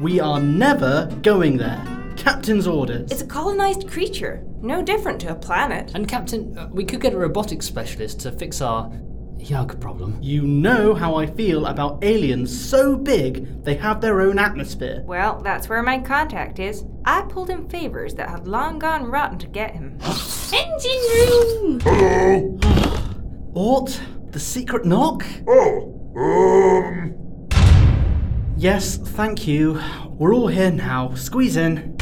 We are never going there. Captain's orders. It's a colonized creature, no different to a planet. And Captain, uh, we could get a robotics specialist to fix our Yug problem. You know how I feel about aliens so big they have their own atmosphere. Well, that's where my contact is. I pulled him favors that had long gone rotten to get him. Engine room! Hello? Ought? The secret knock? Oh, um, Yes, thank you. We're all here now. Squeeze in.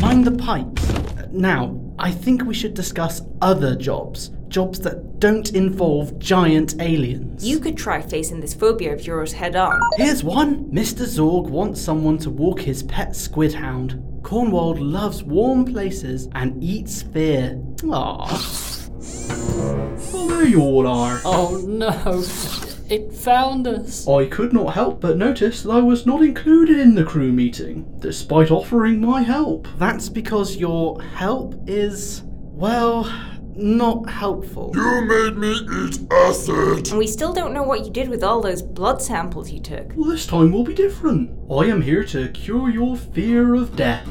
Mind the pipes. Now, I think we should discuss other jobs. Jobs that don't involve giant aliens. You could try facing this phobia of yours head on. Here's one. Mr. Zorg wants someone to walk his pet squid hound. Cornwald loves warm places and eats fear. Aww. Well, there you all are. Oh no, it found us. I could not help but notice that I was not included in the crew meeting, despite offering my help. That's because your help is, well, not helpful. you made me eat acid. And we still don't know what you did with all those blood samples you took. Well, this time will be different. I am here to cure your fear of death.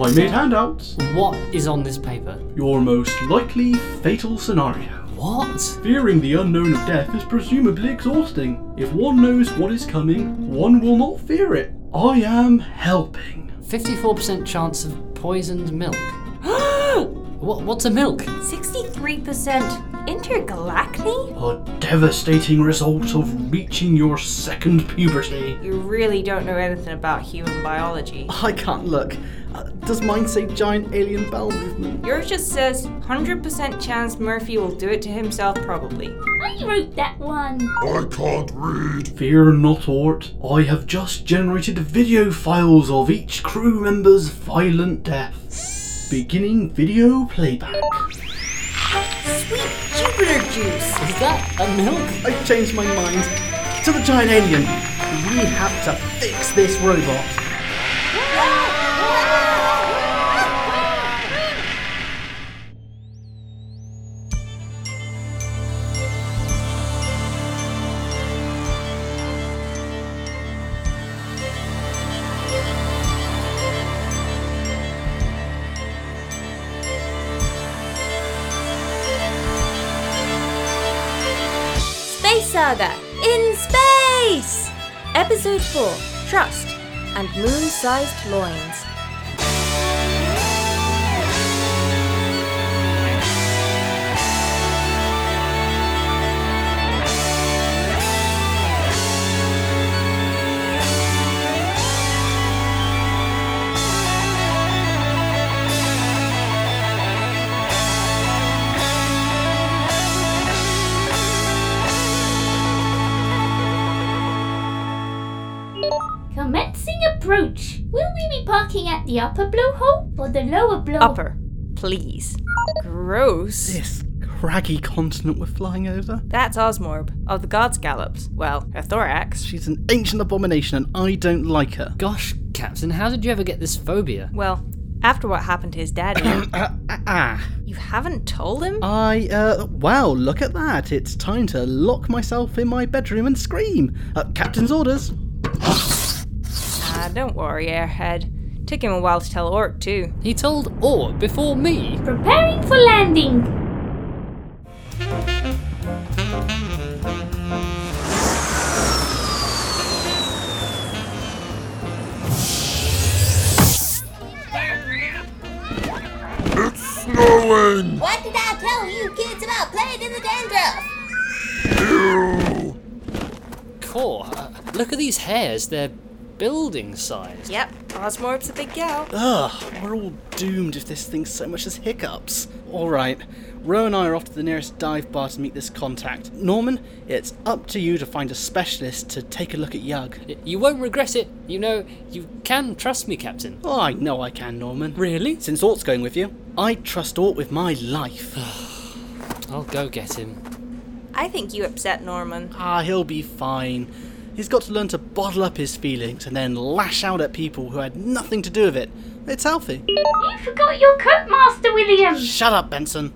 I made handouts. What is on this paper? Your most likely fatal scenario. What? Fearing the unknown of death is presumably exhausting. If one knows what is coming, one will not fear it. I am helping. 54% chance of poisoned milk. what, what's a milk? 63% intergalactic? A devastating result of reaching your second puberty. You really don't know anything about human biology. I can't look. Uh, does mine say giant alien bowel movement? Yours just says 100% chance Murphy will do it to himself, probably. I wrote that one. I can't read. Fear not aught. I have just generated video files of each crew member's violent death. Beginning video playback. Sweet Jupiter juice! Is that a milk? I changed my mind to the giant alien. We have to fix this robot. Space Saga in Space! Episode 4 Trust and Moon Sized Loins. Commencing approach. Will we be parking at the upper blowhole or the lower blowhole? Upper, please. Gross. This craggy continent we're flying over. That's Osmorb, of the God's Gallops. Well, her thorax. She's an ancient abomination and I don't like her. Gosh, Captain, how did you ever get this phobia? Well, after what happened to his daddy, Ah, ah, ah. you haven't told Oh. him? I, uh, wow, look at that. It's time to lock myself in my bedroom and scream. Uh, captain's orders. Ah, don't worry, airhead. Took him a while to tell Orc, too. He told Or before me. Preparing for landing. It's snowing. What did I tell you kids about playing in the dandruff? Ew. Core, uh, look at these hairs. They're building sized. Yep, Osmorb's a big gal. Uh. Ugh, we're all doomed if this thing so much as hiccups. Alright, Ro and I are off to the nearest dive bar to meet this contact. Norman, it's up to you to find a specialist to take a look at Yug. Y- You won't regret it. You know, you can trust me, Captain. Oh, I know I can, Norman. Really? Since Ort's going with you, I trust Ort with my life. I'll go get him. I think you upset Norman. Ah, he'll be fine. He's got to learn to bottle up his feelings and then lash out at people who had nothing to do with it. It's healthy. You forgot your coat master, William. Shut up, Benson.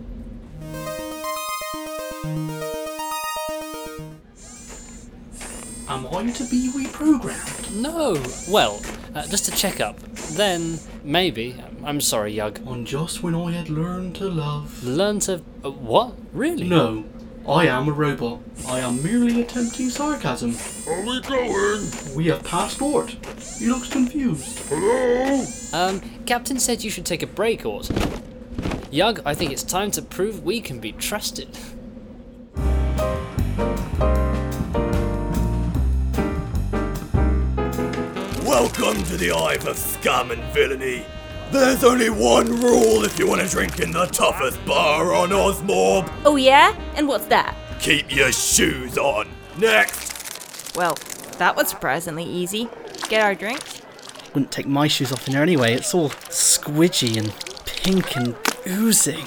am I to be reprogrammed? No. Well, uh, just a checkup. Then maybe. I'm sorry, Yug. On just when I had learned to love. Learn to. Uh, what? Really? No, I am a robot. I am merely attempting sarcasm. Are we going? We have passed port. He looks confused. Hello? Um, Captain said you should take a break or. Yug, I think it's time to prove we can be trusted. Welcome to the Hive of Scum and Villainy. There's only one rule if you want to drink in the toughest bar on Osmorb. Oh, yeah? And what's that? Keep your shoes on. Next. Well, that was surprisingly easy. Get our drinks? Wouldn't take my shoes off in there anyway. It's all squidgy and pink and oozing.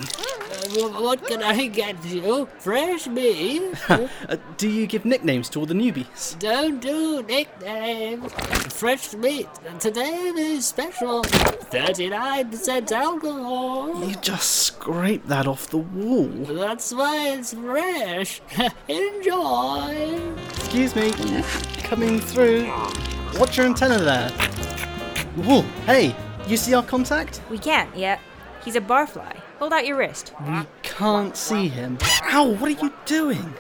What can I get you? Fresh meat? Uh, do you give nicknames to all the newbies? Don't do nicknames. Fresh meat. Today is special. 39% alcohol. You just scrape that off the wall. That's why it's fresh. Enjoy. Excuse me, coming through. Watch your antenna there. Whoa, hey, you see our contact? We can't yet. He's a barfly. Hold out your wrist. We can't see him. Ow, what are you doing?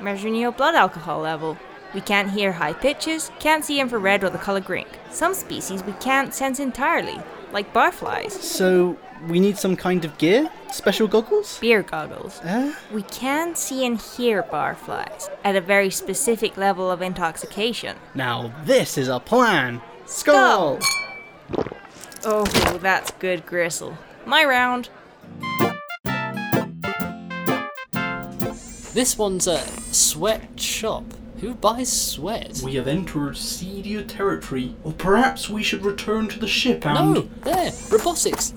Measuring your blood alcohol level. We can't hear high pitches, can't see infrared or the color green. Some species we can't sense entirely, like barflies, So, we need some kind of gear? Special goggles? beer goggles. Eh? We can see and hear barflies at a very specific level of intoxication. Now, this is a plan. Skull! Oh, that's good gristle. My round. This one's a sweat shop. Who buys sweat? We have entered seedier territory, or perhaps we should return to the ship and. no, there, robotics.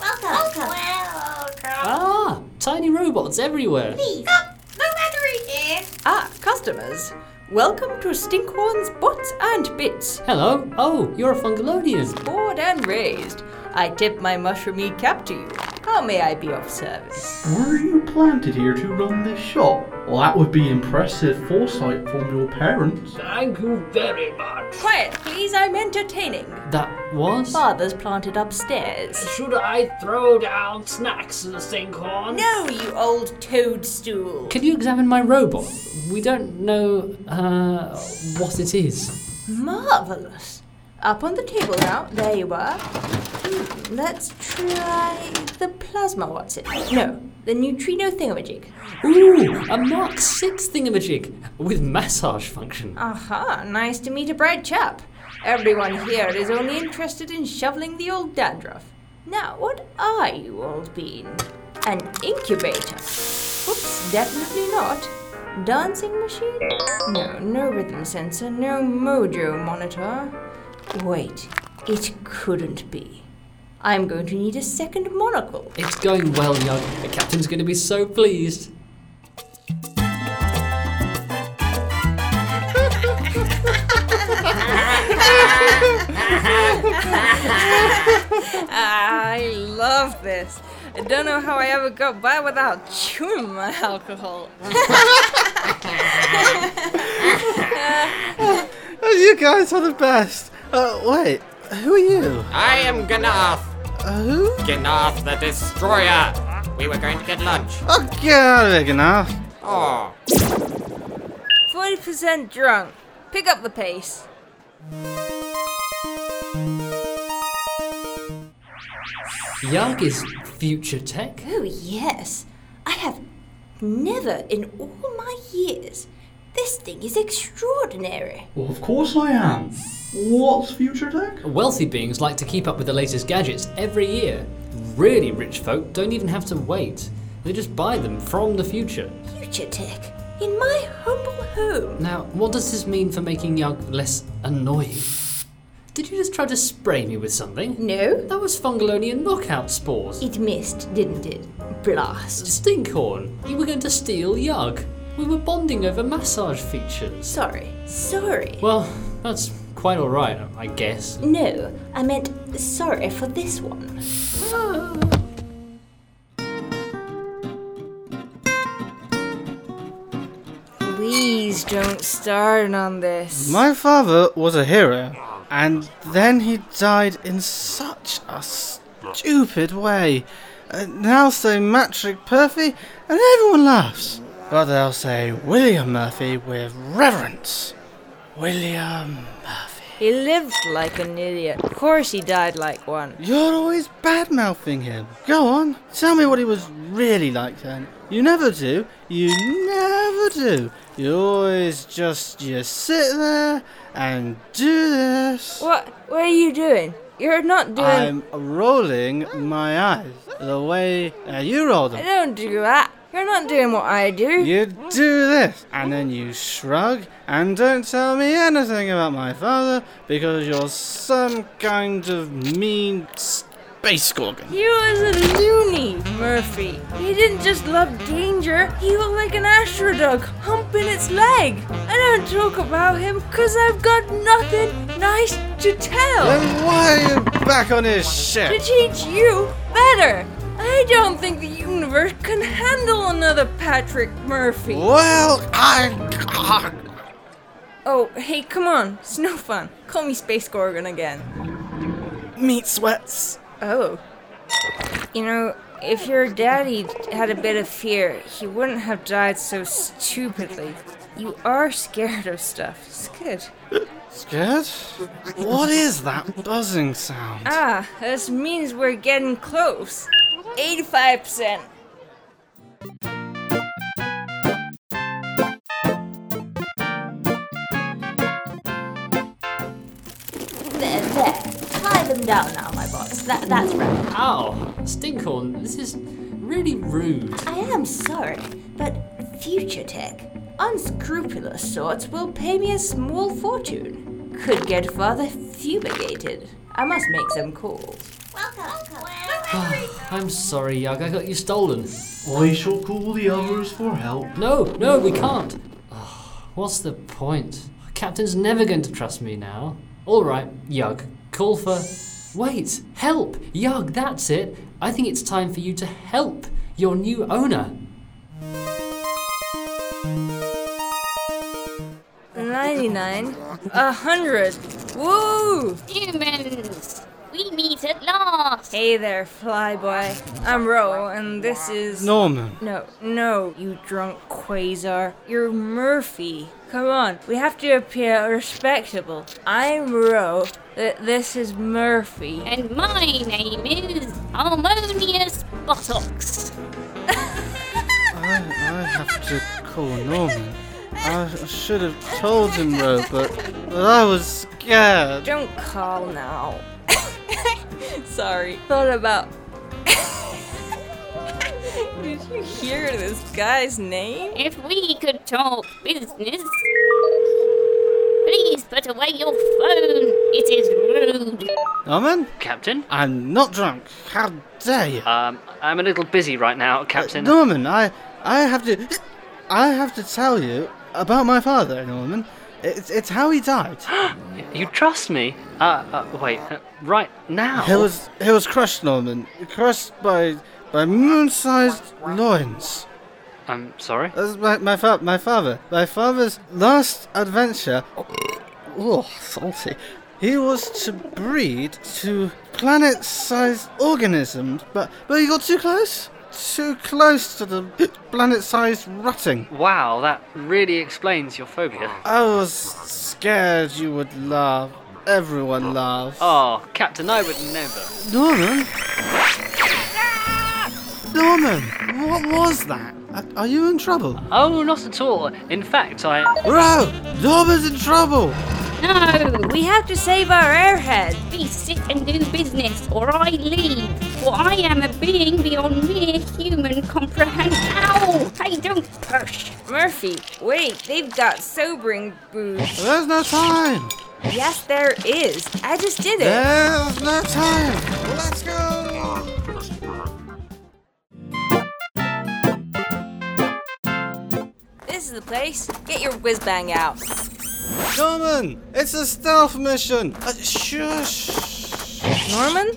Welcome. Welcome. Ah, tiny robots everywhere. Up the weathering is. Ah, customers. Welcome to Stinkhorn's Bots and Bits. Hello. Oh, you're a Fungalodian. Bored and raised. I tip my mushroomy cap to you. How may I be of service? Were you planted here to run this shop? Well, that would be impressive foresight from your parents. Thank you very much. Quiet, please, I'm entertaining. That was. Father's planted upstairs. Should I throw down snacks to the sinkhorn? No, you old toadstool. Can you examine my robot? We don't know uh, what it is. Marvelous. Up on the table now. There you are. Hmm, Let's try the plasma. What's it? No, the neutrino thingamajig. Ooh, a Mark Six thingamajig with massage function. Ah. Aha, nice to meet a bright chap. Everyone here is only interested in shoveling the old dandruff. Now, what are you, old bean? An incubator. Oops, definitely not. Dancing machine? No, no rhythm sensor, no mojo monitor. Wait, it couldn't be. I'm going to need a second monocle. It's going well, Young. The captain's going to be so pleased. I love this. I don't know how I ever got by without chewing my alcohol. Oh, you guys are the best. Uh, wait, who are you? I am Ganaf, Uh, who? Ganaf the Destroyer. We were going to get lunch. Oh, God, big enough. Oh, 40% drunk. Pick up the pace. Yug is future tech. Oh, yes. I have never in all my years. This thing is extraordinary. Well, of course I am. What's future tech? Wealthy beings like to keep up with the latest gadgets every year. Really rich folk don't even have to wait. They just buy them from the future. Future tech. In my humble home. Now, what does this mean for making Yug less annoying? Did you just try to spray me with something? No, That was Fungalonian knockout spores. it missed, didn't it? Blast. Stinkhorn, you were going to steal Yug. We were bonding over massage features. Sorry. Sorry. Well, that's quite alright, I guess. No, I meant sorry for this one. Please don't start on this. My father was a hero, and then he died in such a stupid way. And now say Patrick Murphy, and everyone laughs. But they'll say William Murphy with reverence. William. He lived like an idiot. Of course he died like one. You're always bad mouthing him. Go on, tell me what he was really like then. You never do. You never do. You always just you sit there and do this. What? What are you doing? You're not doing. I'm rolling my eyes the way uh, you roll I them. don't do that. You're not doing what I do. You do this, and then you shrug and don't tell me anything about my father because you're some kind of mean space gorgon. He was a loony, Murphy. He didn't just love danger, he was like an astrodog humping its leg. I don't talk about him because I've got nothing nice to tell. Then why are you back on his ship? to teach you better. I don't think the universe can handle another Patrick Murphy. Well, I. Oh, hey, come on, Snowfun. Call me Space Gorgon again. Meat sweats. Oh. You know, if your daddy had a bit of fear, he wouldn't have died so stupidly. You are scared of stuff. It's good. Scared? What is that buzzing sound? Ah, this means we're getting close. 85%. There, there. Tie them down now, my boss. That, that's right. Ow, Stinkhorn, this is really rude. I am sorry, but future tech, unscrupulous sorts will pay me a small fortune. Could get father fumigated. I must make some calls. Welcome. I'm sorry, Yug, I got you stolen. I shall call the others for help. No, no, we can't. Ah, what's the point? Captain's never going to trust me now. Alright, Yug, call for. Wait, help! Yug, that's it. I think it's time for you to help your new owner. Ninety-nine, a hundred. Woo! Humans, we meet at last. Hey there, flyboy. I'm Ro, and this is Norman. No, no, you drunk quasar. You're Murphy. Come on, we have to appear respectable. I'm Ro. Th- this is Murphy. And my name is Harmonious Buttocks. I, I have to call Norman. I should have told him though, but, but I was scared. Don't call now. Sorry. Thought about. Did you hear this guy's name? If we could talk business. Please put away your phone. It is rude. Norman? Captain? I'm not drunk. How dare you? Um, I'm a little busy right now, Captain. Norman, I, I have to, I have to tell you about my father, Norman. It's, it's how he died. You trust me? Uh, uh wait, uh, right now? He was, he was crushed, Norman. Crushed by, by moon-sized loins. I'm sorry? That's my, my, fa- my father. My father's last adventure. Oh, salty. He was to breed to planet sized organisms, but, but he got too close. Too close to the planet sized rotting. Wow, that really explains your phobia. I was scared you would laugh. Everyone laughs. Oh, Captain, I would never. Norman? Norman, what was that? Are- Are you in trouble? Oh, not at all. In fact, I. Bro, Norman's in trouble! No, we have to save our airhead. We sit and do business, or I leave. For I am a being beyond mere human comprehension. Ow! Hey, don't push. Murphy, wait, they've got sobering booze. There's no time! Yes, there is. I just did it. There's no time! Let's go! This is the place. Get your whiz bang out. Norman, it's a stealth mission. Uh, shush. Norman?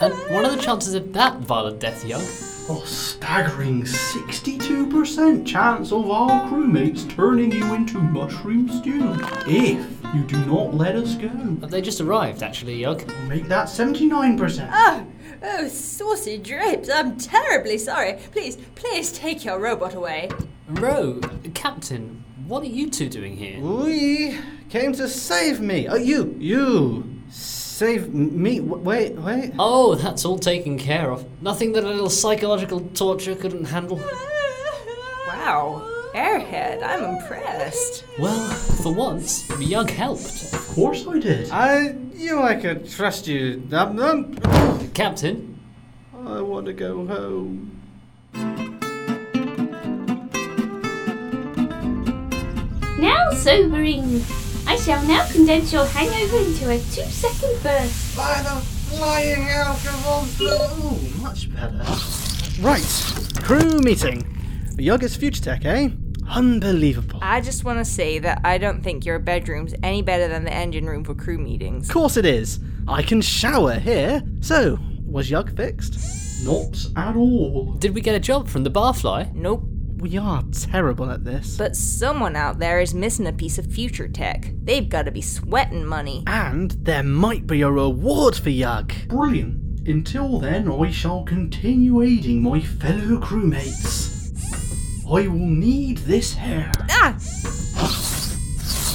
And what are the chances of that violent death, Yug? or staggering 62% chance of our crewmates turning you into mushroom stew if you do not let us go. Have they just arrived, actually, Yug? Make that 79%. Oh, oh, saucy drapes, I'm terribly sorry. Please, please take your robot away. Ro, Captain, what are you two doing here? We came to save me. Oh, you, you. Save me. W- Wait, wait. Oh, that's all taken care of. Nothing that a little psychological torture couldn't handle. Wow, Airhead, I'm impressed. Well, for once, Yug helped. Of course I did. I knew I could trust you. Um, um, Captain, I want to go home. Now sobering. I shall now condense your hangover into a two second burst. By the flying alcohol balloon. Oh, Much better. Right, crew meeting. Yug is future tech, eh? Unbelievable. I just want to say that I don't think your bedroom's any better than the engine room for crew meetings. Of course it is. I can shower here. So, was Yug fixed? Not at all. did we get a job from the barfly? Nope. We are terrible at this. But someone out there is missing a piece of future tech. They've got to be sweating money. And there might be a reward for Yug. Brilliant. Until then, I shall continue aiding my fellow crewmates. I will need this hair. Ah!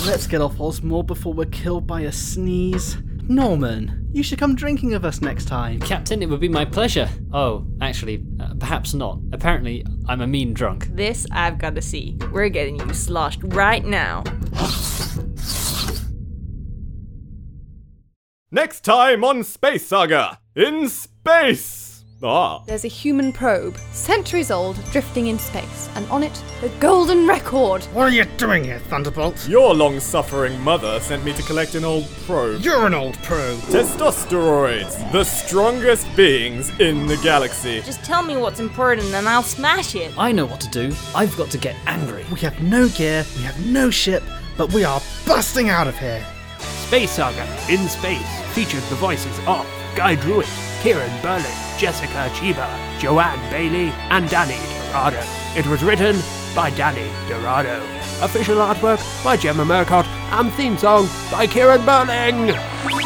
Let's get off Osmore before we're killed by a sneeze. Norman, you should come drinking with us next time. Captain, it would be my pleasure. Oh, actually, uh, perhaps not. Apparently, I'm a mean drunk. This I've got to see. We're getting you sloshed right now. Next time on Space Saga, in space! Ah. There's a human probe, centuries old, drifting in space, and on it, the golden record. What are you doing here, Thunderbolt? Your long suffering mother sent me to collect an old probe. You're an old pro. Testosteroids, the strongest beings in the galaxy. Just tell me what's important and I'll smash it. I know what to do. I've got to get angry. We have no gear, we have no ship, but we are busting out of here. Space Saga in Space featured the voices of Guy Druitt, Kieran Berlin, Jessica Chiba, uh, Joanne Bailey, and Danny Dorado. It was written by Danny Dorado. Official artwork by Gemma Murcott and theme song by Kieran Berling.